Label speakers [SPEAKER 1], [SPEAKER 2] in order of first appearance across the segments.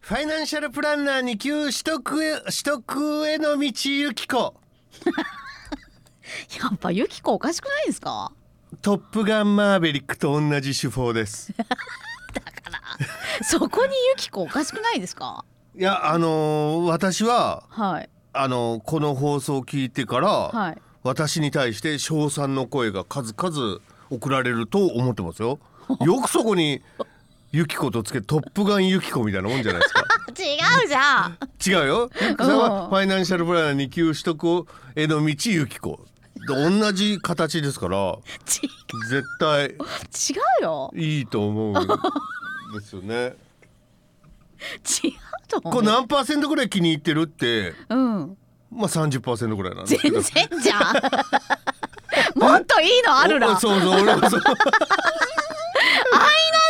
[SPEAKER 1] ファイナンシャルプランナー2級取得へ取得への道ゆき子
[SPEAKER 2] やっぱユキコおかしくないですか
[SPEAKER 1] トップガンマーヴェリックと同じ手法です
[SPEAKER 2] だからそこにユキコおかしくないですか
[SPEAKER 1] いやあのー私は
[SPEAKER 2] はい
[SPEAKER 1] あのーこの放送を聞いてから、
[SPEAKER 2] はい
[SPEAKER 1] 私に対して称賛の声が数々送られると思ってますよよくそこにゆき子とつけてトップガンゆき子みたいなもんじゃないです か
[SPEAKER 2] 違うじゃん
[SPEAKER 1] 違うよ。それはファイナンシャルプランナー2級取得への道行き子。同じ形ですから
[SPEAKER 2] ち
[SPEAKER 1] 絶対
[SPEAKER 2] 違うよ
[SPEAKER 1] いいと思うんですよ ね。
[SPEAKER 2] 違うと思
[SPEAKER 1] こ
[SPEAKER 2] う
[SPEAKER 1] れ何パーセントぐらい気に入ってるって
[SPEAKER 2] うん
[SPEAKER 1] まあ30%ぐらいなんですけ
[SPEAKER 2] 全
[SPEAKER 1] ど。
[SPEAKER 2] 然じゃんもっといいの あるら
[SPEAKER 1] おそうそう俺 はそう。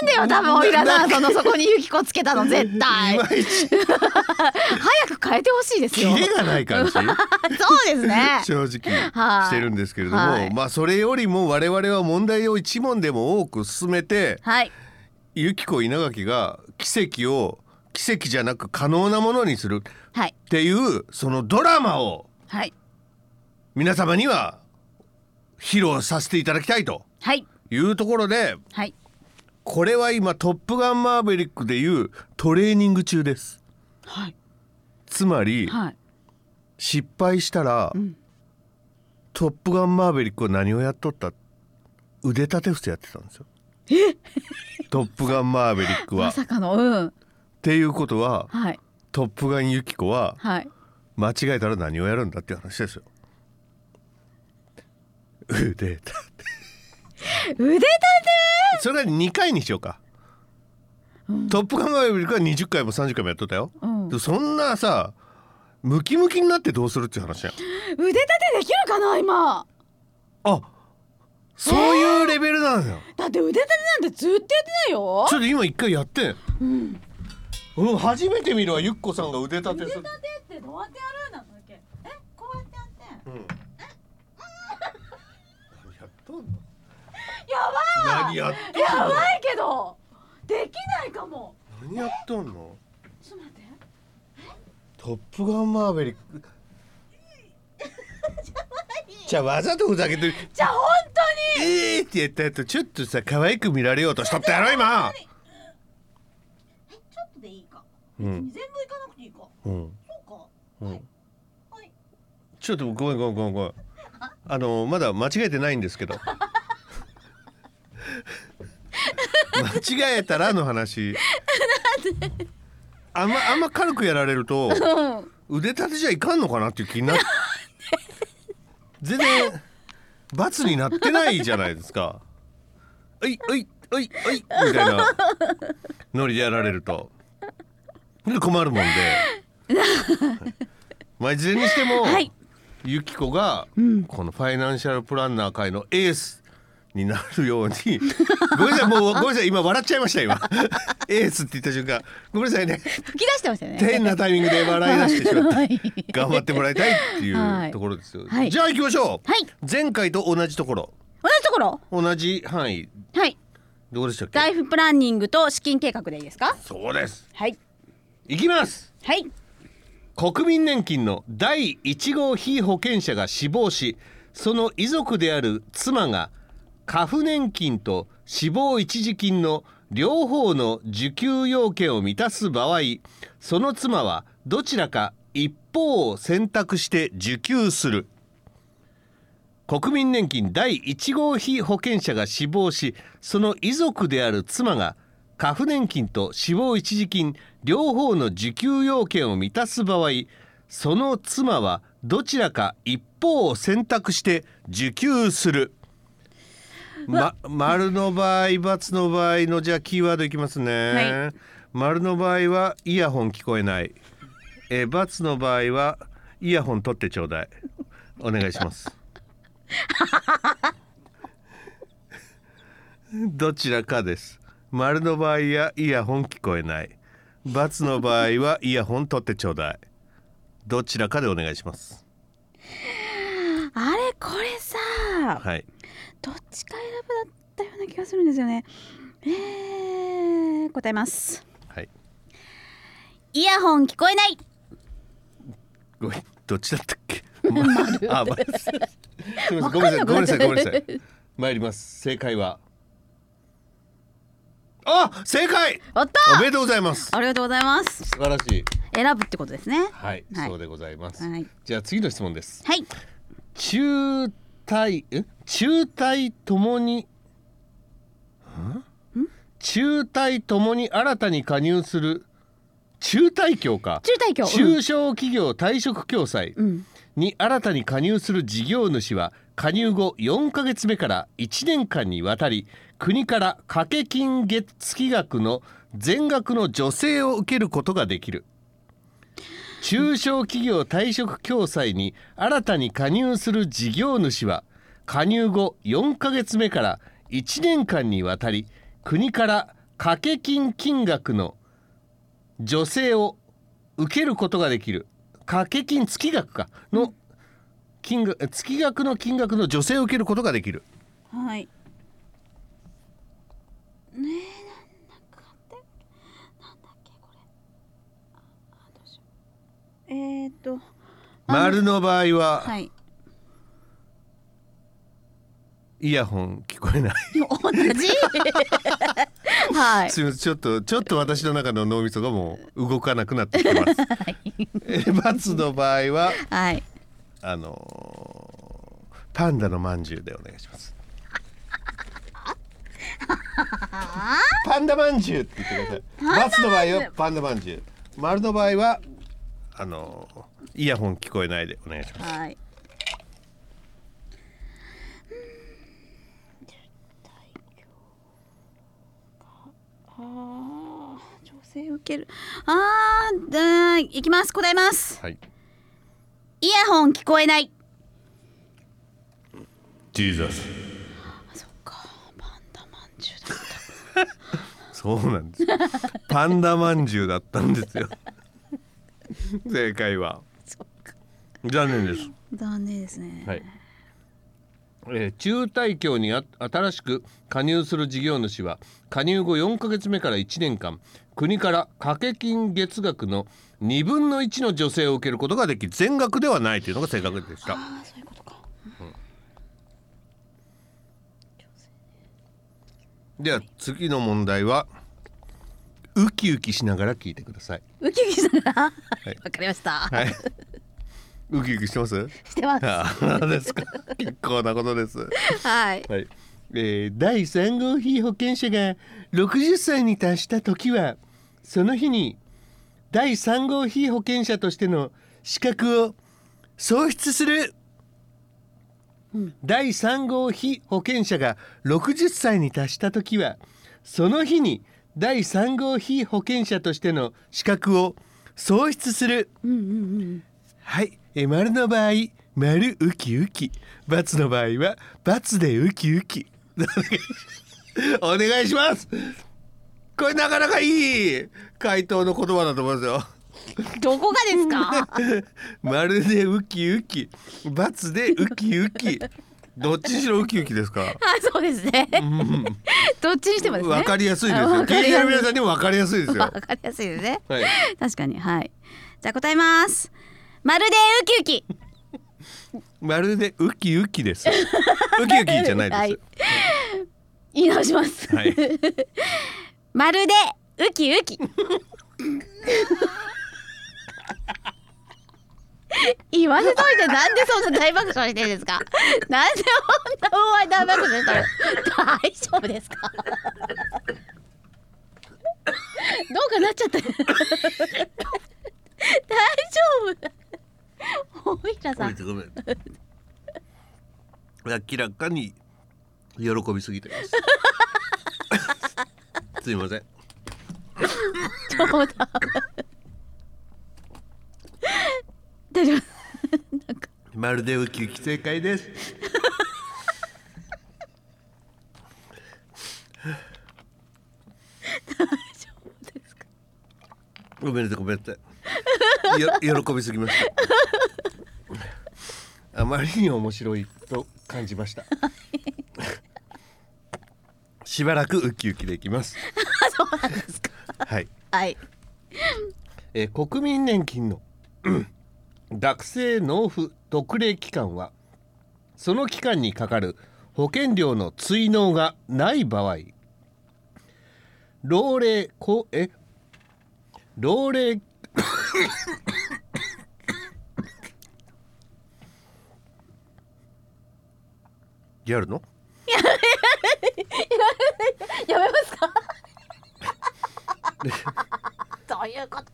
[SPEAKER 2] なんだよ多分おいらなそのそこにユキコつけたの絶対
[SPEAKER 1] いまいち
[SPEAKER 2] 早く変えてほしいです
[SPEAKER 1] キ
[SPEAKER 2] よ
[SPEAKER 1] レがない感じ。
[SPEAKER 2] そうです ね
[SPEAKER 1] 正直
[SPEAKER 2] はい
[SPEAKER 1] してるんですけれども、
[SPEAKER 2] はい
[SPEAKER 1] まあそれよりも我々は問題を一問でも多く進めて
[SPEAKER 2] はい
[SPEAKER 1] ゆき子稲垣が奇跡を奇跡じゃなく可能なものにする
[SPEAKER 2] はい
[SPEAKER 1] っていうそのドラマを
[SPEAKER 2] はい
[SPEAKER 1] 皆様には披露させていただきたいと
[SPEAKER 2] はい
[SPEAKER 1] いうところで
[SPEAKER 2] はい
[SPEAKER 1] これは今「トップガンマーヴェリック」でいうトレーニング中です
[SPEAKER 2] はい
[SPEAKER 1] つまり
[SPEAKER 2] はい
[SPEAKER 1] 失敗したら「
[SPEAKER 2] ん
[SPEAKER 1] トップガンマーヴェリック」は何をやっとった腕立て伏せやってたんですよ。 トップガンマーヴェリックは。
[SPEAKER 2] ま
[SPEAKER 1] っ
[SPEAKER 2] さかのうん
[SPEAKER 1] ていうことは
[SPEAKER 2] はい
[SPEAKER 1] トップガンユキコは
[SPEAKER 2] はい
[SPEAKER 1] 間違えたら何をやるんだっていう話ですよ。腕立て
[SPEAKER 2] 腕立て
[SPEAKER 1] それは2回にしようか、トップガンマーヴェリックは20回も30回もやっとったよ、
[SPEAKER 2] うん
[SPEAKER 1] でそんなさムキムキになってどうするっていう話やん
[SPEAKER 2] 腕立てできるかな今
[SPEAKER 1] あそういうレベルなのよ、
[SPEAKER 2] だって腕立てなんてずっとやってないよ
[SPEAKER 1] ちょっと今一回やってん、うん、初めて見るわゆっこさんが腕立てする
[SPEAKER 2] てどうやってやるんだっけえこうやってやっ
[SPEAKER 1] う
[SPEAKER 2] て
[SPEAKER 1] ん、何やっとんの
[SPEAKER 2] やば
[SPEAKER 1] 何
[SPEAKER 2] い
[SPEAKER 1] やっとんの
[SPEAKER 2] やばいけどできないかも
[SPEAKER 1] 何やっとんの
[SPEAKER 2] ちょっと待って
[SPEAKER 1] トップガンマーヴェリックじゃあわざとふざけてる
[SPEAKER 2] じゃあ本当に
[SPEAKER 1] えーってやった後ちょっとさ可愛く見られようとしとったやろ今
[SPEAKER 3] えちょっとでいいか。
[SPEAKER 1] う
[SPEAKER 3] 別
[SPEAKER 1] ん
[SPEAKER 3] に全部いかなくていいか。
[SPEAKER 1] うん
[SPEAKER 3] そうか。
[SPEAKER 1] うん
[SPEAKER 3] はい
[SPEAKER 1] ちょっとごめんごめんごめんごめん あのまだ間違えてないんですけど間違えたらの 話あんまあんま軽くやられる と
[SPEAKER 2] うん
[SPEAKER 1] 腕立てじゃいかんのかなっていう気に なっ全然罰になってないじゃないですか「おいおいおいおい」みたいなノリでやられるとで困るもんで、 はいまあいずれにしても、
[SPEAKER 2] はい
[SPEAKER 1] ゆきこが、このファイナンシャルプランナー界のエースになるようにごめんなさいもうごめんなさい今笑っちゃいました 今エースって言った瞬間ごめんなさいね
[SPEAKER 2] 吹き出してましたよね
[SPEAKER 1] 変なタイミングで笑い出してしまった
[SPEAKER 2] はい
[SPEAKER 1] 頑張ってもらいたいって
[SPEAKER 2] は
[SPEAKER 1] いう
[SPEAKER 2] い
[SPEAKER 1] ところですよ、
[SPEAKER 2] はい
[SPEAKER 1] じゃあ行きましょう、
[SPEAKER 2] はい
[SPEAKER 1] 前回と同じところ
[SPEAKER 2] 同じところ
[SPEAKER 1] 同じ範囲
[SPEAKER 2] はい
[SPEAKER 1] どこでしたっけ
[SPEAKER 2] ライフプランニングと資金計画でいいですか
[SPEAKER 1] そうです
[SPEAKER 2] はい
[SPEAKER 1] 行きます
[SPEAKER 2] はい
[SPEAKER 1] 国民年金の第1号被保険者が死亡しその遺族である妻が過付年金と死亡一時金の両方の受給要件を満たす場合その妻はどちらか一方を選択して受給する国民年金第1号被保険者が死亡しその遺族である妻が過付年金と死亡一時金両方の受給要件を満たす場合その妻はどちらか一方を選択して受給する。ま、丸の場合×の場合のじゃあキーワードいきますね、
[SPEAKER 2] は
[SPEAKER 1] 丸の場合はイヤホン聞こえない、えー、×の場合はイヤホン取ってちょうだいお願いしますどちらかです。丸の場合はイヤホン聞こえない。×の場合はイヤホン取ってちょうだい。どちらかでお願いします。
[SPEAKER 2] あれこれさ
[SPEAKER 1] はい。
[SPEAKER 2] どっちか選ぶだったような気がするんですよね。えー、答えます。
[SPEAKER 1] はい。
[SPEAKER 2] イヤホン聞こえない
[SPEAKER 1] ごめんどっちだったっけあ、ま、すいませんごめんなさい
[SPEAKER 2] わ
[SPEAKER 1] ご
[SPEAKER 2] か
[SPEAKER 1] めん
[SPEAKER 2] ん
[SPEAKER 1] な
[SPEAKER 2] な
[SPEAKER 1] さい
[SPEAKER 2] く
[SPEAKER 1] ごめ
[SPEAKER 2] なんっ
[SPEAKER 1] な
[SPEAKER 2] ちゃう
[SPEAKER 1] さい参ります正解はあ正解
[SPEAKER 2] おっと
[SPEAKER 1] おめでとうございます
[SPEAKER 2] ありがとうございます
[SPEAKER 1] 素晴らしい
[SPEAKER 2] 選ぶってことですね
[SPEAKER 1] はい、
[SPEAKER 2] はい
[SPEAKER 1] そうでございます、
[SPEAKER 2] はい
[SPEAKER 1] じゃあ次の質問です
[SPEAKER 2] はい
[SPEAKER 1] 中退え中退ともにん中退ともに新たに加入する中退協か
[SPEAKER 2] 中退協
[SPEAKER 1] 中小企業退職共済
[SPEAKER 2] うん、うん
[SPEAKER 1] に新たに加入する事業主は加入後4ヶ月目から1年間にわたり国から掛け金月月額の全額の助成を受けることができる中小企業退職共済に新たに加入する事業主は加入後4ヶ月目から1年間にわたり国から掛け金金額の助成を受けることができる掛け金月額かの金額月額の金額の助成を受けることができる
[SPEAKER 2] はい
[SPEAKER 3] えーっと
[SPEAKER 1] 丸の場合は
[SPEAKER 2] はい
[SPEAKER 1] イヤホン聞こえ ない、
[SPEAKER 2] 同じ はい
[SPEAKER 1] すみませんちょっとちょっと私の中の脳みそがもう動かなくなってきて ます、えー×の場合は
[SPEAKER 2] はい
[SPEAKER 1] あのーパンダのまんじゅうでお願いし ますパンダまんじゅうって言ってください×の場合はパンダまんじゅう丸の場合はあのーイヤホン聞こえないでお願いします
[SPEAKER 2] はいあー女性受けるあーでいきます答えます
[SPEAKER 1] はい
[SPEAKER 2] イヤホン聞こえない
[SPEAKER 1] ジーザス
[SPEAKER 2] パンダまんじゅうだ
[SPEAKER 1] そうなん ですよパンダまんじゅうだったんですよ正解は
[SPEAKER 2] そうか
[SPEAKER 1] 残念です
[SPEAKER 2] 残念ですね
[SPEAKER 1] はい、えー中退協にあ新しく加入する事業主は加入後4ヶ月目から1年間国から掛け金月額の2分の1の助成を受けることができ全額ではないというのが正確でした
[SPEAKER 2] ああそういうことか
[SPEAKER 1] では次の問題はウキウキしながら聞いてください
[SPEAKER 2] ウキウキしたなわ
[SPEAKER 1] い
[SPEAKER 2] かりました、
[SPEAKER 1] はい ウキウキしてます
[SPEAKER 2] してます
[SPEAKER 1] あそうです か結構なことです
[SPEAKER 2] はい
[SPEAKER 1] はい、えー第3号被保険者が60歳に達した時はその日に第3号被保険者としての資格を喪失する、第3号被保険者が60歳に達した時はその日に第3号被保険者としての資格を喪失する。
[SPEAKER 2] うんうんうん
[SPEAKER 1] はい、え丸の場合丸ウキウキ×の場合は×でウキウキ お願いしますこれなかなかいい回答の言葉だと思いますよ
[SPEAKER 2] どこがですか
[SPEAKER 1] 丸でウキウキ×でウキウキどっちにしろウキウキですか
[SPEAKER 2] あ、そうですね。どっちにしてもですね。
[SPEAKER 1] わかりやすいです
[SPEAKER 2] あ
[SPEAKER 1] よ
[SPEAKER 2] わか
[SPEAKER 1] 経営
[SPEAKER 2] り
[SPEAKER 1] 者
[SPEAKER 2] や
[SPEAKER 1] の
[SPEAKER 2] すい
[SPEAKER 1] 皆さんにもわかりやすいです
[SPEAKER 2] わ
[SPEAKER 1] よ
[SPEAKER 2] かりやすいですね。
[SPEAKER 1] はい。
[SPEAKER 2] 確かに、はい。じゃあ答えます。まるでウキウキ。
[SPEAKER 1] 丸でウキウキですウキウキじゃないです、
[SPEAKER 2] はい言い直します。
[SPEAKER 1] はい
[SPEAKER 2] まるでウキウキ。 言わせといてなんでそんな大爆笑してるんですかなんでこんな大大爆笑してる大丈夫ですかどうかなっちゃ った大丈夫大平
[SPEAKER 1] ご
[SPEAKER 2] さ
[SPEAKER 1] めん
[SPEAKER 2] ん
[SPEAKER 1] ごめん明らかに喜びすぎてますすいません
[SPEAKER 2] 冗談大丈夫
[SPEAKER 1] まるでウキウキ正解ですごめんなさいごめんなさいよ喜びすぎましたあまりに面白いと感じましたしばらくウキウキでいきます
[SPEAKER 2] そうなんですか
[SPEAKER 1] はい
[SPEAKER 2] はい
[SPEAKER 1] えー国民年金のうん学生納付特例期間はその期間にかかる保険料の追納がない場合老齢こえ老齢やるの
[SPEAKER 2] やめますかどういうこと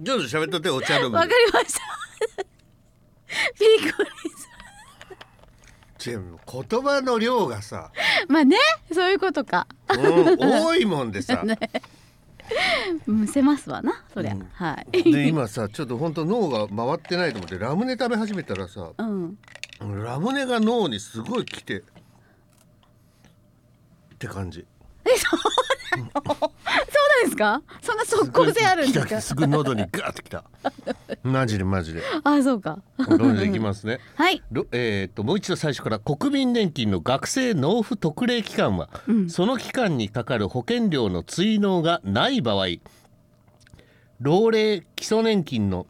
[SPEAKER 1] 上手喋っとってお茶飲む
[SPEAKER 2] わかりましたびっくりす
[SPEAKER 1] 違う言葉の量が さ、
[SPEAKER 2] るまあねそういうことか
[SPEAKER 1] うん、多いもんでさ、
[SPEAKER 2] むせますわなそりゃ、
[SPEAKER 1] うん
[SPEAKER 2] はい
[SPEAKER 1] で今さちょっと本当脳が回ってないと思ってラムネ食べ始めたらさ
[SPEAKER 2] うん
[SPEAKER 1] ラムネが脳にすごいきてって感じ
[SPEAKER 2] そうなんですかそんな即効性あるんです
[SPEAKER 1] 来た
[SPEAKER 2] か
[SPEAKER 1] すぐ喉にガーってき たマジでマジで
[SPEAKER 2] あそうか
[SPEAKER 1] どんでいきますね
[SPEAKER 2] はい
[SPEAKER 1] ろえー、ともう一度最初から国民年金の学生納付特例期間は、
[SPEAKER 2] うん
[SPEAKER 1] その期間にかかる保険料の追納がない場合老齢基礎年金の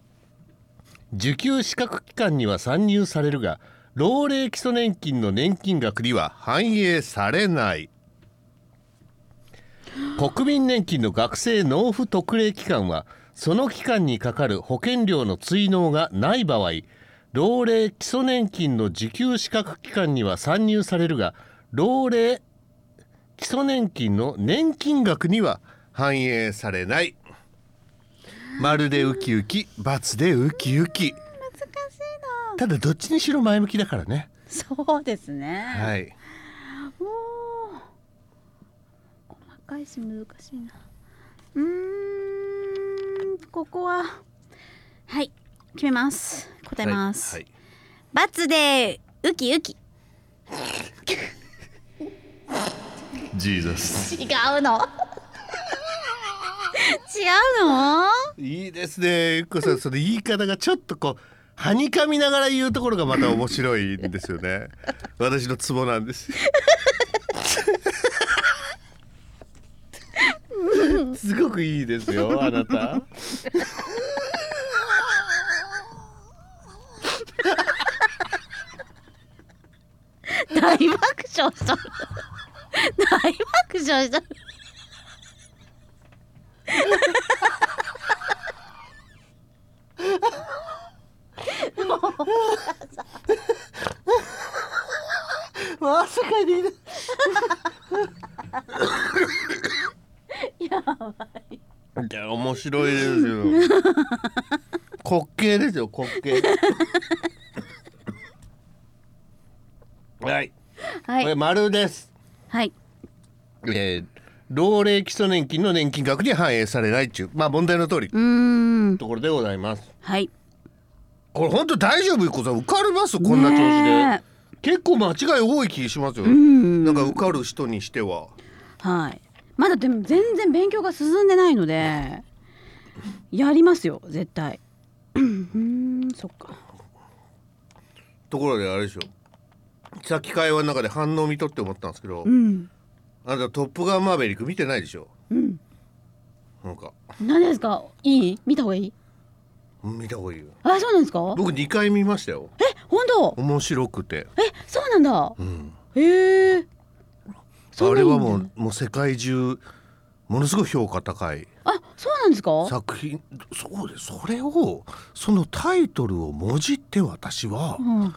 [SPEAKER 1] 受給資格期間には算入されるが老齢基礎年金の年金額には反映されない国民年金の学生納付特例期間はその期間にかかる保険料の追納がない場合老齢基礎年金の受給資格期間には算入されるが老齢基礎年金の年金額には反映されないまるでウキウキ×でウキウキ
[SPEAKER 2] 難しいな
[SPEAKER 1] ただどっちにしろ前向きだからね
[SPEAKER 2] そうですね、
[SPEAKER 1] はい
[SPEAKER 2] おー細かいし難しいなうーんここははい決めます答えます、
[SPEAKER 1] はい
[SPEAKER 2] 罰でウキウキ
[SPEAKER 1] ジーザス
[SPEAKER 2] 違うの違うの
[SPEAKER 1] いいですねゆっこさんその言い方がちょっとこうはにかみながら言うところがまた面白いんですよ ね私のツボなんです すごくいいですよあなた
[SPEAKER 2] 大爆笑しとる大爆笑しとる
[SPEAKER 1] まさかに
[SPEAKER 2] やばい
[SPEAKER 1] いや面白いですよ滑稽ですよ滑稽はい、
[SPEAKER 2] は
[SPEAKER 1] これ
[SPEAKER 2] い
[SPEAKER 1] 丸です、
[SPEAKER 2] はい
[SPEAKER 1] えー老齢基礎年金の年金額に反映されないっていうまあ問題の通り
[SPEAKER 2] うーん
[SPEAKER 1] ところでございます
[SPEAKER 2] はい
[SPEAKER 1] これ本当大丈夫ゆっこさん受かりますこんな調子で、
[SPEAKER 2] ね
[SPEAKER 1] 結構間違い多い気しますよ、
[SPEAKER 2] えうん
[SPEAKER 1] なんか受かる人にしては
[SPEAKER 2] はい。まだでも全然勉強が進んでないので、やりますよ絶対。うんうーん、そっか。
[SPEAKER 1] ところであれでしょさっき会話の中で反応見とって思ったんですけど、
[SPEAKER 2] うん。
[SPEAKER 1] あなた「トップガンマーベリック」見てないでしょ
[SPEAKER 2] うん。
[SPEAKER 1] なんか
[SPEAKER 2] 何ですか。いい？見た方がいい？
[SPEAKER 1] 見た方がいいよ
[SPEAKER 2] あ、そうなんですか。
[SPEAKER 1] 僕2回見ましたよ
[SPEAKER 2] え、本当。
[SPEAKER 1] 面白くて、
[SPEAKER 2] え、そうなんだ。
[SPEAKER 1] うん、
[SPEAKER 2] へえ。
[SPEAKER 1] あ
[SPEAKER 2] そんな
[SPEAKER 1] れ
[SPEAKER 2] に
[SPEAKER 1] はもうもう世界中ものすごい評価高い
[SPEAKER 2] あ、そうなんですか。
[SPEAKER 1] 作品そうですそれをそのタイトルをもじって私は、
[SPEAKER 2] うん。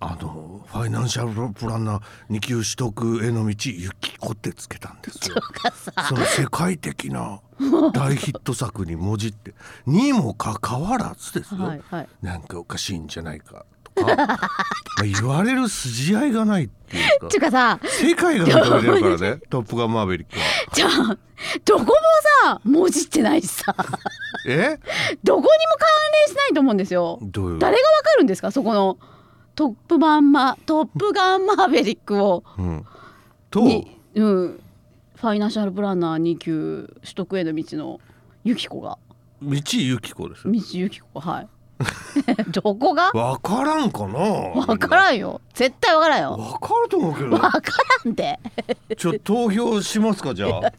[SPEAKER 1] あのファイナンシャルプランナー二級取得への道ゆきこってつけたんですよ
[SPEAKER 2] かさ。
[SPEAKER 1] その世界的な大ヒット作にもじってにもかかわらずですよ、
[SPEAKER 2] はいはい。
[SPEAKER 1] なんかおかしいんじゃないかと かまあ言われる筋合いがないっていう か
[SPEAKER 2] ていうかさ、
[SPEAKER 1] 世界が認めてるからね「トップガンマーヴェリックは」
[SPEAKER 2] じゃあどこもさ、文字ってないしさ、
[SPEAKER 1] え
[SPEAKER 2] どこにも関連しないと思うんですよ。
[SPEAKER 1] どういう
[SPEAKER 2] 誰がわかるんですかそこのトップガンマトップガンマーベリックを
[SPEAKER 1] うん、と
[SPEAKER 2] にうんファイナンシャルプランナー2級取得への道のユキコが
[SPEAKER 1] 道ゆきこです
[SPEAKER 2] 道ユキコがはいどこが
[SPEAKER 1] わからんかな
[SPEAKER 2] わ
[SPEAKER 1] わ
[SPEAKER 2] からんよ絶対わからんよ
[SPEAKER 1] わかると思うけど
[SPEAKER 2] わからんで
[SPEAKER 1] ちょっと投票しますかじゃあ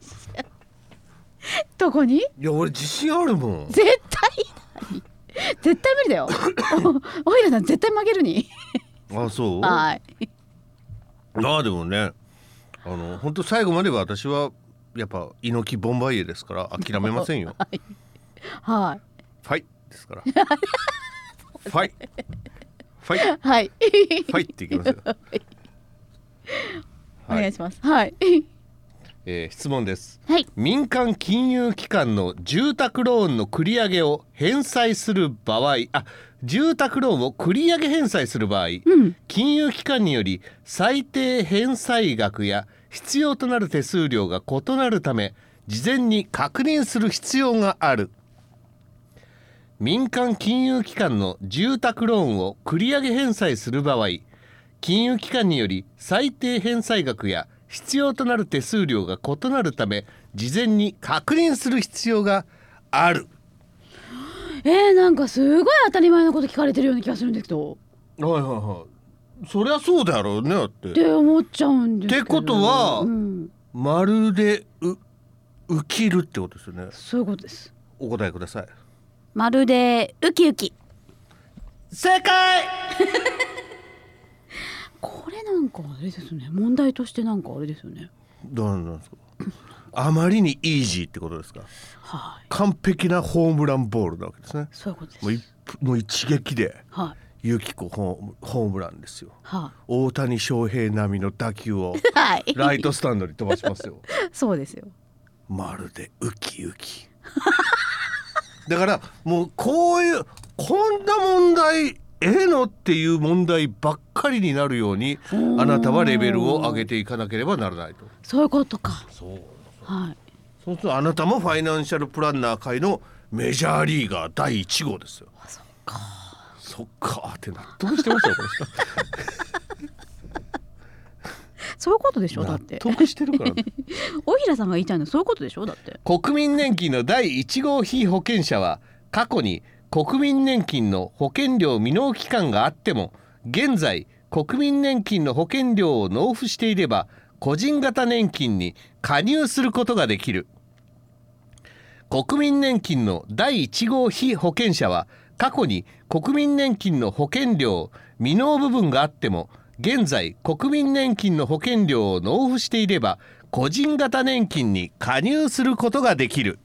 [SPEAKER 2] どこに
[SPEAKER 1] いや俺自信あるも ん
[SPEAKER 2] 絶対ない絶対無理だよおオイラさん絶対曲げるに
[SPEAKER 1] あそうあ
[SPEAKER 2] はい
[SPEAKER 1] あでもねあの本当最後までは私はやっぱ猪木ボンバイエですから諦めません よ
[SPEAKER 2] は
[SPEAKER 1] ファイです からファイファイ
[SPEAKER 2] いはい
[SPEAKER 1] ファイっていきますよ
[SPEAKER 2] お
[SPEAKER 1] は
[SPEAKER 2] 願
[SPEAKER 1] い
[SPEAKER 2] い、しますはい
[SPEAKER 1] えー質問です
[SPEAKER 2] はい
[SPEAKER 1] 民間金融機関の住宅ローンの繰り上げを返済する場合あ住宅ローンを繰り上げ返済する場合、
[SPEAKER 2] うん
[SPEAKER 1] 金融機関により最低返済額や必要となる手数料が異なるため事前に確認する必要がある民間金融機関の住宅ローンを繰り上げ返済する場合金融機関により最低返済額や必要となる手数料が異なるため事前に確認する必要がある
[SPEAKER 2] えー、なんかすごい当たり前のこと聞かれてるような気がするんですけ
[SPEAKER 1] は
[SPEAKER 2] ど
[SPEAKER 1] いはいはいそりゃそうだろうねだっ
[SPEAKER 2] ってて思っちゃうんですけど
[SPEAKER 1] ってことは
[SPEAKER 2] うん、
[SPEAKER 1] まるでう浮きるってことですよね
[SPEAKER 2] そういうことです
[SPEAKER 1] お答えください
[SPEAKER 2] まるでウキウキ
[SPEAKER 1] 正解
[SPEAKER 2] これなんかあれですね問題としてなんかあれですよね
[SPEAKER 1] どうなんですかあまりにイージーってことですか
[SPEAKER 2] はい
[SPEAKER 1] 完璧なホームランボールなわけですね
[SPEAKER 2] そういうことです
[SPEAKER 1] もう一もう一撃で
[SPEAKER 2] はい
[SPEAKER 1] 有紀子ホームホームランですよ
[SPEAKER 2] は
[SPEAKER 1] 大谷翔平並みの打球を
[SPEAKER 2] い、はい、
[SPEAKER 1] ライトスタンドに飛ばしますよ
[SPEAKER 2] そうですよ
[SPEAKER 1] まるでウキウキだからもうこういうこんな問題ええのっていう問題ばっかりになるようにあ
[SPEAKER 2] ー
[SPEAKER 1] なたはレベルを上げていかなければならないと
[SPEAKER 2] そういうことか
[SPEAKER 1] そう
[SPEAKER 2] はい
[SPEAKER 1] そうするとあなたもファイナンシャルプランナー界のメジャーリーガー第1号ですよ
[SPEAKER 2] あそっか
[SPEAKER 1] そっかーって納得してますよ この人
[SPEAKER 2] そういうことでしょだ
[SPEAKER 1] 納
[SPEAKER 2] って
[SPEAKER 1] 得してるから、ね
[SPEAKER 2] オイラさんが言いたいのはそういうことでしょだって
[SPEAKER 1] 国民年金の第1号被保険者は過去に国民年金の保険料未納期間があっても現在国民年金の保険料を納付していれば個人型年金に加入することができる国民年金の第1号被保険者は過去に国民年金の保険料未納部分があっても現在国民年金の保険料を納付していれば個人型年金に加入することができる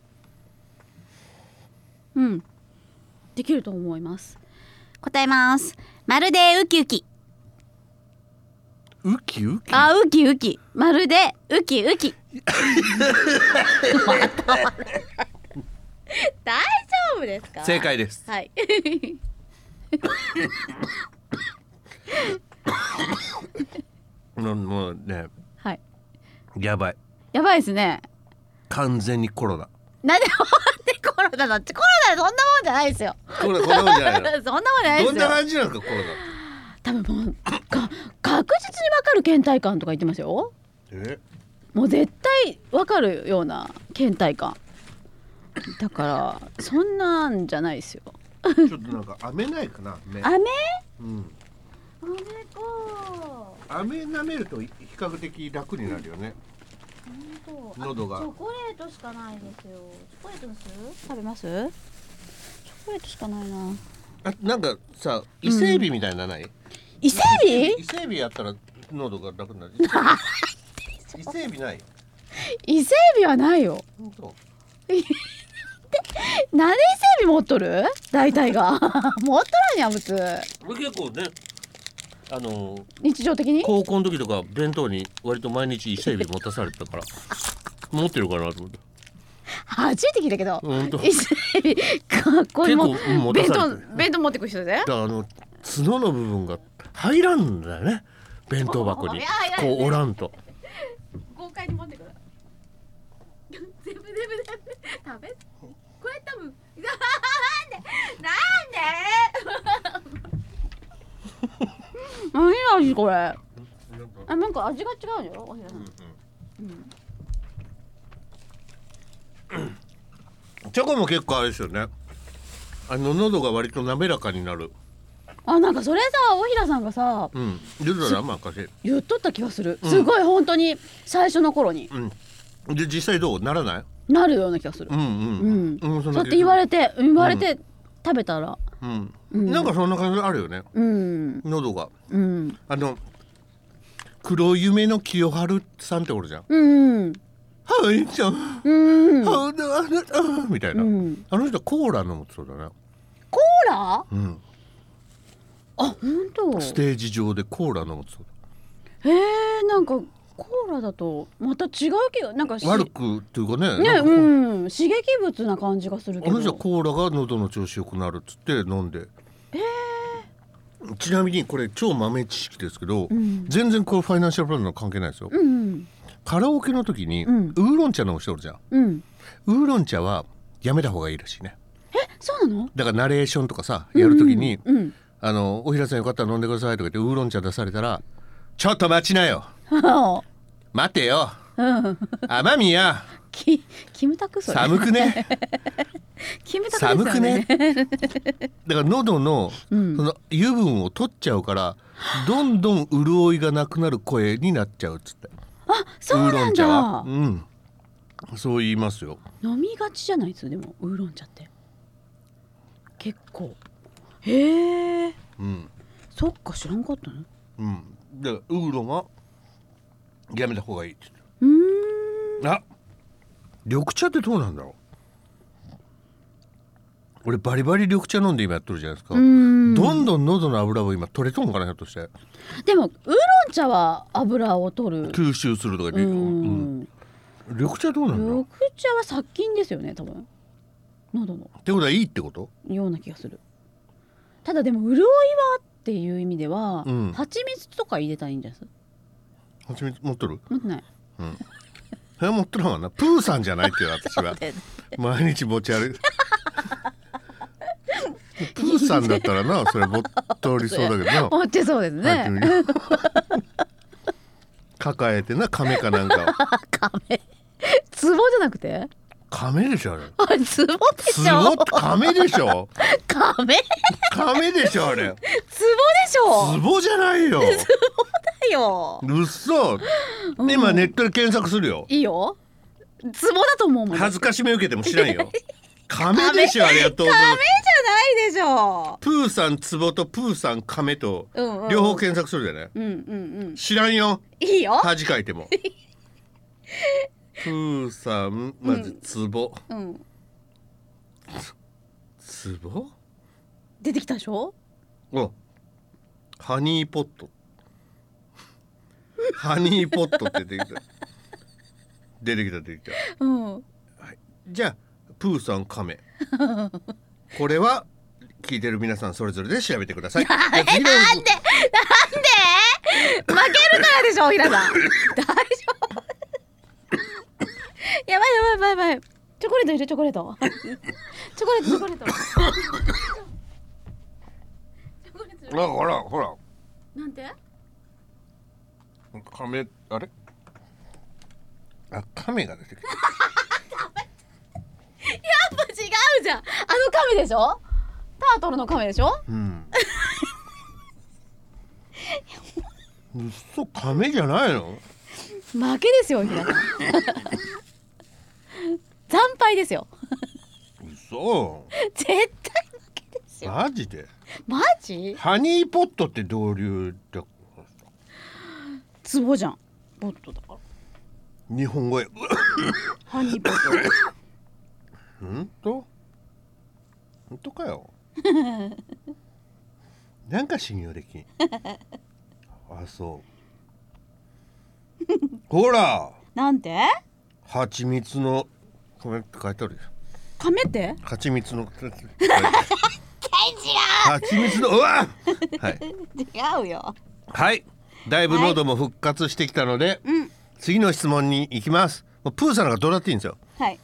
[SPEAKER 2] うんできると思います
[SPEAKER 3] 答えます。まるでウキウキ。
[SPEAKER 1] ウキウキ
[SPEAKER 2] あウキウキまるでウキウ キ大丈夫ですか
[SPEAKER 1] 正解です
[SPEAKER 2] はい
[SPEAKER 1] もうもうね
[SPEAKER 2] はい
[SPEAKER 1] やばい
[SPEAKER 2] やばいですね
[SPEAKER 1] 完全にコロナ
[SPEAKER 2] なんで終わってコロナだってコロナそんなもんじゃないですよ
[SPEAKER 1] コロナこんなもんじゃな
[SPEAKER 2] そ
[SPEAKER 1] い
[SPEAKER 2] んな
[SPEAKER 1] の
[SPEAKER 2] もんじゃないで
[SPEAKER 1] どん
[SPEAKER 2] す
[SPEAKER 1] な
[SPEAKER 2] よ
[SPEAKER 1] 感じなんですかコロナ
[SPEAKER 2] 多分もうか確実にわかる倦怠感とか言ってますよ
[SPEAKER 1] え
[SPEAKER 2] もう絶対わかるような倦怠感だからそんなんじゃないですよ
[SPEAKER 1] ちょっとなんか飴ないかな飴
[SPEAKER 2] 雨
[SPEAKER 1] うん
[SPEAKER 3] あれか。ほ
[SPEAKER 1] 飴舐めると比較的楽になるよね
[SPEAKER 3] んと
[SPEAKER 1] 喉が
[SPEAKER 3] チョコレートしかないですよ。チョコレートにする？
[SPEAKER 2] 食べますチョコレートしかないな
[SPEAKER 1] あなんかさ伊勢海老みたいなのない、
[SPEAKER 2] 伊勢海老
[SPEAKER 1] 伊勢海老やったら喉が楽になる伊勢海老ない
[SPEAKER 2] 伊勢海老はないよ
[SPEAKER 1] 本当
[SPEAKER 2] なんで伊勢海老持っとる大体 が持っとらんやん普通
[SPEAKER 1] 俺結構ねあの
[SPEAKER 2] 日常的に
[SPEAKER 1] 高校の時とか弁当に割と毎日伊勢海老持たされて たから持ってるかなと思って
[SPEAKER 2] 初めて聞いたけど
[SPEAKER 1] 本当
[SPEAKER 2] 伊勢海老かっこいいもん
[SPEAKER 1] 結構うん持た
[SPEAKER 2] 弁
[SPEAKER 1] されて
[SPEAKER 2] 当弁当持ってくる人で
[SPEAKER 1] だからあの角の部分が入らんだよね弁当箱に
[SPEAKER 2] いやいや
[SPEAKER 1] こうおらんと
[SPEAKER 2] 豪快に持ってくる全部全部全部食べこれ多分 なんでなんで何味これあなんか味が違うよおひらさん
[SPEAKER 1] チョコも結構あれですよねあの喉が割と滑らかになる
[SPEAKER 2] あなんかそれさおひらさんがさ
[SPEAKER 1] うん出たら甘かし
[SPEAKER 2] 言っとった気がするすごい本当に最初の頃に
[SPEAKER 1] うんで実際どうならない
[SPEAKER 2] なるような気がする
[SPEAKER 1] う。んうん、うん、そん
[SPEAKER 2] そ
[SPEAKER 1] な
[SPEAKER 2] う
[SPEAKER 1] 気
[SPEAKER 2] やっ
[SPEAKER 1] が
[SPEAKER 2] て言われて言われて食べたら、
[SPEAKER 1] うん、
[SPEAKER 2] うん
[SPEAKER 1] なんかそんな感じあるよね
[SPEAKER 2] うん
[SPEAKER 1] 喉が
[SPEAKER 2] うん
[SPEAKER 1] あの黒夢の清春さんっておるじゃん
[SPEAKER 2] うん
[SPEAKER 1] 「はいちゃん
[SPEAKER 2] うん
[SPEAKER 1] ああなたみたいな、
[SPEAKER 2] うん
[SPEAKER 1] あの人コーラ飲むってそうだね、
[SPEAKER 2] コーラ？あ
[SPEAKER 1] うん、
[SPEAKER 2] 本当。
[SPEAKER 1] ステージ上でコーラ飲むってそう
[SPEAKER 2] えー、なんかコーラだとまた違うけどなんかし
[SPEAKER 1] だ悪くっていうかね
[SPEAKER 2] ね
[SPEAKER 1] なんか
[SPEAKER 2] うん刺激物な感じがするけ
[SPEAKER 1] あ
[SPEAKER 2] ど。
[SPEAKER 1] の人はコーラが喉の調子良くなるっつって飲んで、ちなみにこれ超豆知識ですけど、
[SPEAKER 2] うん
[SPEAKER 1] 全然こうファイナンシャルプランナー関係ないですよ、
[SPEAKER 2] うん
[SPEAKER 1] カラオケの時にウ
[SPEAKER 2] うん
[SPEAKER 1] ーロン茶飲む人おるじゃん
[SPEAKER 2] うん
[SPEAKER 1] ウーロン茶はやめた方がいいらしいね
[SPEAKER 2] そうなの？
[SPEAKER 1] だからナレーションとかさやる時に、
[SPEAKER 2] うんうん。
[SPEAKER 1] あの「おひらさんよかったら飲んでください」とか言ってウーロン茶出されたら「ちょっと待ちなよ待てよ
[SPEAKER 2] うん、
[SPEAKER 1] 雨宮
[SPEAKER 2] き キムタクそれ
[SPEAKER 1] 寒く ね
[SPEAKER 2] キムタク
[SPEAKER 1] 寒
[SPEAKER 2] です
[SPEAKER 1] く
[SPEAKER 2] よね
[SPEAKER 1] ね」 だから喉のそ
[SPEAKER 2] うん
[SPEAKER 1] の油分を取っちゃうからどんどん潤いがなくなる声になっちゃうっつって
[SPEAKER 2] あそう
[SPEAKER 1] ウー
[SPEAKER 2] な
[SPEAKER 1] ロ
[SPEAKER 2] ん
[SPEAKER 1] ン茶
[SPEAKER 2] だ
[SPEAKER 1] は、うん、そう言いますよ
[SPEAKER 2] 飲みがちじゃないですでもウーロン茶って結構へえ
[SPEAKER 1] うん
[SPEAKER 2] そっか知らんかったの
[SPEAKER 1] うんだからウーロンはやめた方がいいっつって
[SPEAKER 2] うーん
[SPEAKER 1] あ緑茶ってどうなんだろう俺バリバリ緑茶飲んで今やってるじゃないですか、
[SPEAKER 2] うーん
[SPEAKER 1] どんどん喉の油を今取れとんかなひょっとして
[SPEAKER 2] でもウーロン茶は油を取る
[SPEAKER 1] 吸収するとか言っ
[SPEAKER 2] う
[SPEAKER 1] ていいかうん
[SPEAKER 2] ん
[SPEAKER 1] 緑茶どうなんだろう
[SPEAKER 2] 緑茶は殺菌ですよね多分喉の
[SPEAKER 1] ってことはいいってこと
[SPEAKER 2] ような気がするただでも潤いはっていう意味では、
[SPEAKER 1] うん
[SPEAKER 2] 蜂蜜とか入れたらいいんじゃないですか
[SPEAKER 1] 蜂蜜持っとる
[SPEAKER 2] 持ってない
[SPEAKER 1] それ持っとるわなプーさんじゃないっていう私 は毎日持ち歩くプーさんだったらなそれ持っとりそうだけどな
[SPEAKER 2] 持って そうです
[SPEAKER 1] 入って み
[SPEAKER 2] ね
[SPEAKER 1] る抱えてな亀かなんかを
[SPEAKER 2] カメツボじゃなくて
[SPEAKER 1] 亀でしょあれ
[SPEAKER 2] あれツボですし
[SPEAKER 1] ごっ
[SPEAKER 2] ょ
[SPEAKER 1] 亀でしょ
[SPEAKER 2] カメ
[SPEAKER 1] 亀でしょあれ
[SPEAKER 2] ツボでしょ
[SPEAKER 1] ツボじゃないよ
[SPEAKER 2] だよ
[SPEAKER 1] うっそ今ネットで検索するよ
[SPEAKER 2] いいよツボだと思うもん
[SPEAKER 1] 恥ずかしめ受けても知らんよ亀でしょあれやっと
[SPEAKER 2] ないでしょ
[SPEAKER 1] プーさんツボとプーさん亀と
[SPEAKER 2] うんうん
[SPEAKER 1] 両方検索するじゃない
[SPEAKER 2] うんうん
[SPEAKER 1] 知らんよ
[SPEAKER 2] うんいいよ
[SPEAKER 1] 恥かいて もプーさんまずツボ
[SPEAKER 2] うん
[SPEAKER 1] ツボ
[SPEAKER 2] 出てきたでしょ
[SPEAKER 1] おハニーポットハニーポットって出てきた出てきた出てきた
[SPEAKER 2] うん
[SPEAKER 1] じゃあプーさん 亀これは聞いてる皆さんそれぞれで調べてくださいなんで
[SPEAKER 2] 負けるからでしょ、平さん。大丈夫。やばいやばいやばいやばい。チョコレート入れ、チョコレート。チョコレート、チョコレ ート。チョコレー
[SPEAKER 1] ほ
[SPEAKER 2] ト
[SPEAKER 1] らほらほら
[SPEAKER 2] なんて。
[SPEAKER 1] 亀あれあ亀が出てきた
[SPEAKER 2] やっぱ違うじゃん。あの亀でしょタートルの亀でしょ
[SPEAKER 1] うん。うっそ亀じゃないの？
[SPEAKER 2] 負けですよ、平 さん。惨敗ですよ。
[SPEAKER 1] うっそ。
[SPEAKER 2] 絶対負けですよ。
[SPEAKER 1] マジで。
[SPEAKER 2] マジ。
[SPEAKER 1] ハニーポットって同流だ。
[SPEAKER 2] ツボじゃん。ボットだから。
[SPEAKER 1] 日本語や。
[SPEAKER 2] ハニーボット。
[SPEAKER 1] うんと。本当かよ。 なんか信用できん。 あそう。ほら、
[SPEAKER 2] なんて。
[SPEAKER 1] 蜂蜜の。これって書いてあるよ。
[SPEAKER 2] 亀って。
[SPEAKER 1] 蜂蜜 の。絶対違う。蜂蜜の。うわ。はい。
[SPEAKER 2] 違うよ。
[SPEAKER 1] はい。だいぶ喉も復活してきたので、
[SPEAKER 2] うん。
[SPEAKER 1] 次の質問に行きます。もうプーさんなんかどうだっていいんですよ。
[SPEAKER 2] はい。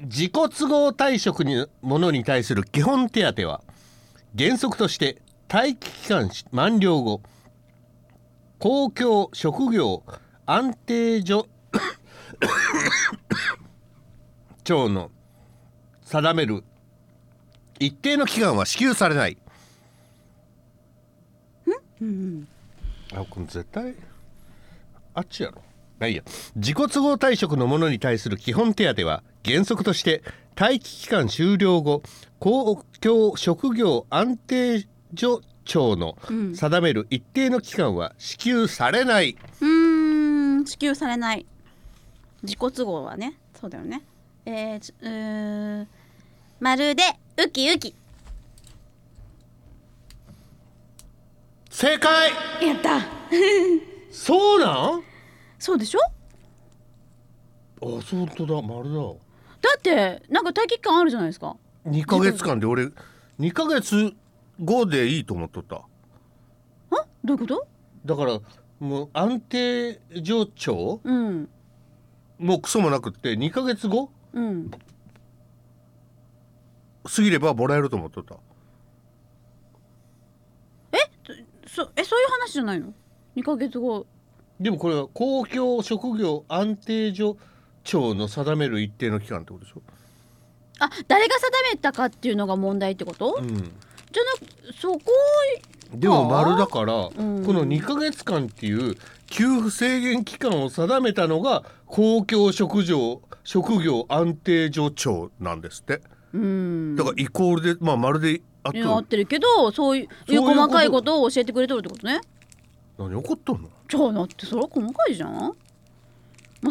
[SPEAKER 1] 自己都合退職にものに対する基本手当は原則として待機期間満了後公共職業安定所 庁の定める一定の期間は支給されない。あこれ絶対あっちやろ。まあいいや自己都合退職のものに対する基本手当は原則として待機期間終了後公共職業安定所長の
[SPEAKER 2] うん
[SPEAKER 1] 定める一定の期間は支給されない、
[SPEAKER 2] うーん支給されない自己都合はねそうだよねえー、ちうーんまるでウキウキ
[SPEAKER 1] 正解
[SPEAKER 2] やった
[SPEAKER 1] そうなんあ
[SPEAKER 2] そうでしょ
[SPEAKER 1] そう本当だ丸だ
[SPEAKER 2] だってなんか待機期間あるじゃないですか
[SPEAKER 1] 2ヶ月間で俺2ヶ月後でいいと思っとった
[SPEAKER 2] あどういうこと
[SPEAKER 1] だからもう安定上長
[SPEAKER 2] うん
[SPEAKER 1] もうクソもなくって2ヶ月後
[SPEAKER 2] うん
[SPEAKER 1] 過ぎればもらえると思っとった
[SPEAKER 2] そえそういう話じゃないの2ヶ月後
[SPEAKER 1] でもこれは公共職業安定所長の定める一定の期間ってことでしょ、
[SPEAKER 2] あ誰が定めたかっていうのが問題ってこと、
[SPEAKER 1] う
[SPEAKER 2] じゃなくそこ
[SPEAKER 1] ん、でも丸だから、
[SPEAKER 2] ん
[SPEAKER 1] この2ヶ月間っていう給付制限期間を定めたのが公共職業職業安定所長なんですって
[SPEAKER 2] うん
[SPEAKER 1] だからイコールで、まあ丸であっ
[SPEAKER 2] いや
[SPEAKER 1] と
[SPEAKER 2] 合ってるけどそういう
[SPEAKER 1] そういうこと
[SPEAKER 2] 細かいことを教えてくれとるってことね
[SPEAKER 1] 何怒っとんの
[SPEAKER 2] じゃあだってそれは細かいじゃんも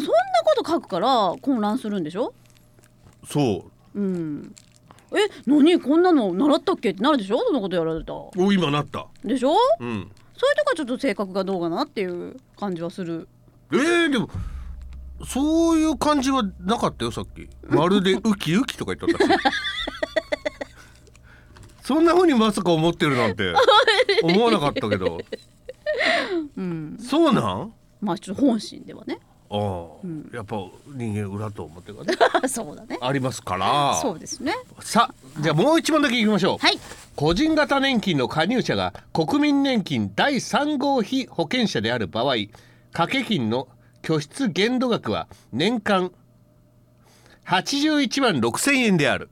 [SPEAKER 2] うそんなこと書くから混乱するんでしょ
[SPEAKER 1] そう
[SPEAKER 2] うんえ何こんなの習ったっけってなるでしょそんなことやられた
[SPEAKER 1] お今なった
[SPEAKER 2] でしょ
[SPEAKER 1] うん
[SPEAKER 2] そういうとこはちょっと性格がどうかなっていう感じはする
[SPEAKER 1] えー、でもそういう感じはなかったよさっきまるで ウキウキとか言っとったし そんなふうにまさか思ってるなん て思わなかったけど
[SPEAKER 2] うん
[SPEAKER 1] そうなん
[SPEAKER 2] まあちょっと本心では ね
[SPEAKER 1] ああ、
[SPEAKER 2] ん
[SPEAKER 1] やっぱ人間裏と思ってるからね
[SPEAKER 2] そうだね
[SPEAKER 1] ありますから
[SPEAKER 2] そうですね
[SPEAKER 1] さあじゃあもう一問だけいきましょう、
[SPEAKER 2] はい
[SPEAKER 1] 個人型年金の加入者が国民年金第3号被保険者である場合掛け金の拠出限度額は年間81万6000円である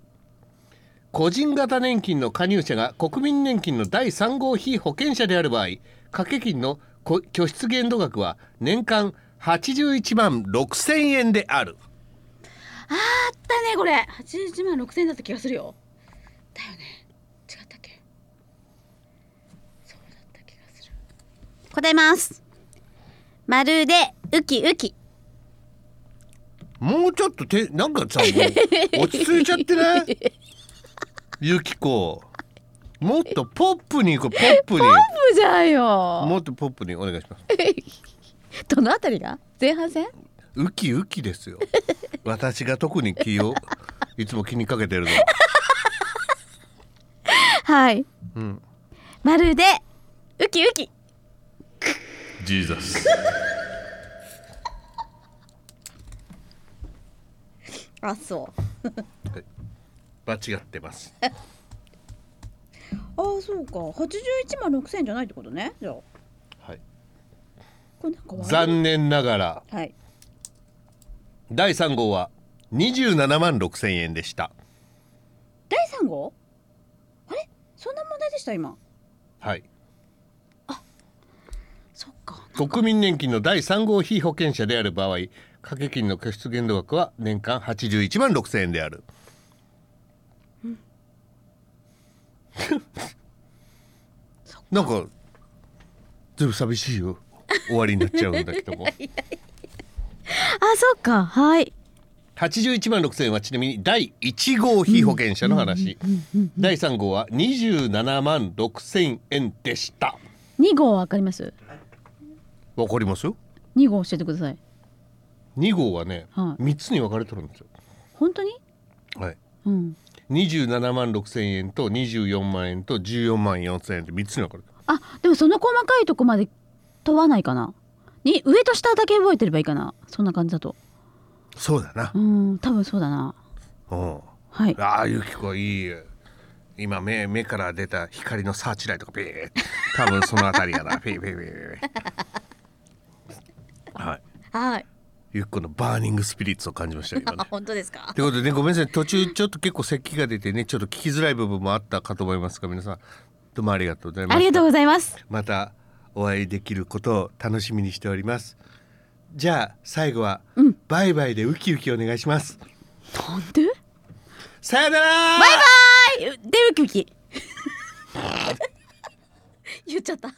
[SPEAKER 1] 個人型年金の加入者が国民年金の第3号被保険者である場合掛け金のこ拠出限度額は年間81万6000円である
[SPEAKER 2] あったねこれ81万6000円だった気がするよだよね違ったっけそうだった気がする
[SPEAKER 3] 答えますまるでウキウキ
[SPEAKER 1] もうちょっとてなんかさも う落ち着いちゃってねゆきこもっとポップに行こうポップに
[SPEAKER 2] そうじゃんよ
[SPEAKER 1] もっとポップにお願いします
[SPEAKER 2] どのあたりが前半戦
[SPEAKER 1] ウキウキですよ私が特に気をいつも気にかけてるの
[SPEAKER 2] はい
[SPEAKER 1] うん
[SPEAKER 2] まるでウキウキ
[SPEAKER 1] ジーザス
[SPEAKER 2] あそう
[SPEAKER 1] 間違ってます
[SPEAKER 2] あそうか81万6000円じゃないってことねじゃあ
[SPEAKER 1] はい
[SPEAKER 2] これなんか悪い
[SPEAKER 1] 残念ながら
[SPEAKER 2] はい
[SPEAKER 1] 第3号は27万6千円でした
[SPEAKER 2] 第3号あれそんな問題でした今
[SPEAKER 1] はい
[SPEAKER 2] そっか
[SPEAKER 1] 国民年金の第3号被保険者である場合掛け金の拠出限度額は年間81万6千円である、なんか全部寂しいよ終わりになっちゃうんだけ ども
[SPEAKER 2] あそっかはい
[SPEAKER 1] 81万6千円はちなみに第1号被保険者の話、第3号は27万6千円でした
[SPEAKER 2] 2号わかります
[SPEAKER 1] わかりますよ
[SPEAKER 2] 2号教えてください
[SPEAKER 1] 2号はね、
[SPEAKER 2] はい
[SPEAKER 1] 3つに分かれてるんですよ
[SPEAKER 2] 本当に
[SPEAKER 1] はい
[SPEAKER 2] うん
[SPEAKER 1] 27万6千円と24万円と14万4千円って3つに分かれてる
[SPEAKER 2] あでもその細かいとこまで問わないかなに上と下だけ覚えてればいいかなそんな感じだと
[SPEAKER 1] そうだな
[SPEAKER 2] うん多分そうだな
[SPEAKER 1] うん
[SPEAKER 2] はい
[SPEAKER 1] ああゆきこいい今目目から出た光のサーチライトがピーッ多分そのあたりや なピーピーピーピーピーはい
[SPEAKER 2] はい
[SPEAKER 1] ゆきこのバーニングスピリッツを感じましたよ 今ね
[SPEAKER 2] 本当ですか
[SPEAKER 1] ということでねごめんなさい途中ちょっと結構咳が出てねちょっと聞きづらい部分もあったかと思いますが皆さんどうもありがとうございま
[SPEAKER 2] あ
[SPEAKER 1] し
[SPEAKER 2] りが
[SPEAKER 1] た
[SPEAKER 2] とうございます
[SPEAKER 1] またお会いできることを楽しみにしておりますじゃあ最後は、
[SPEAKER 2] うん
[SPEAKER 1] バイバイでウキウキお願いします
[SPEAKER 2] なんで
[SPEAKER 1] さよなら
[SPEAKER 2] はいでウキウキ 言っちゃった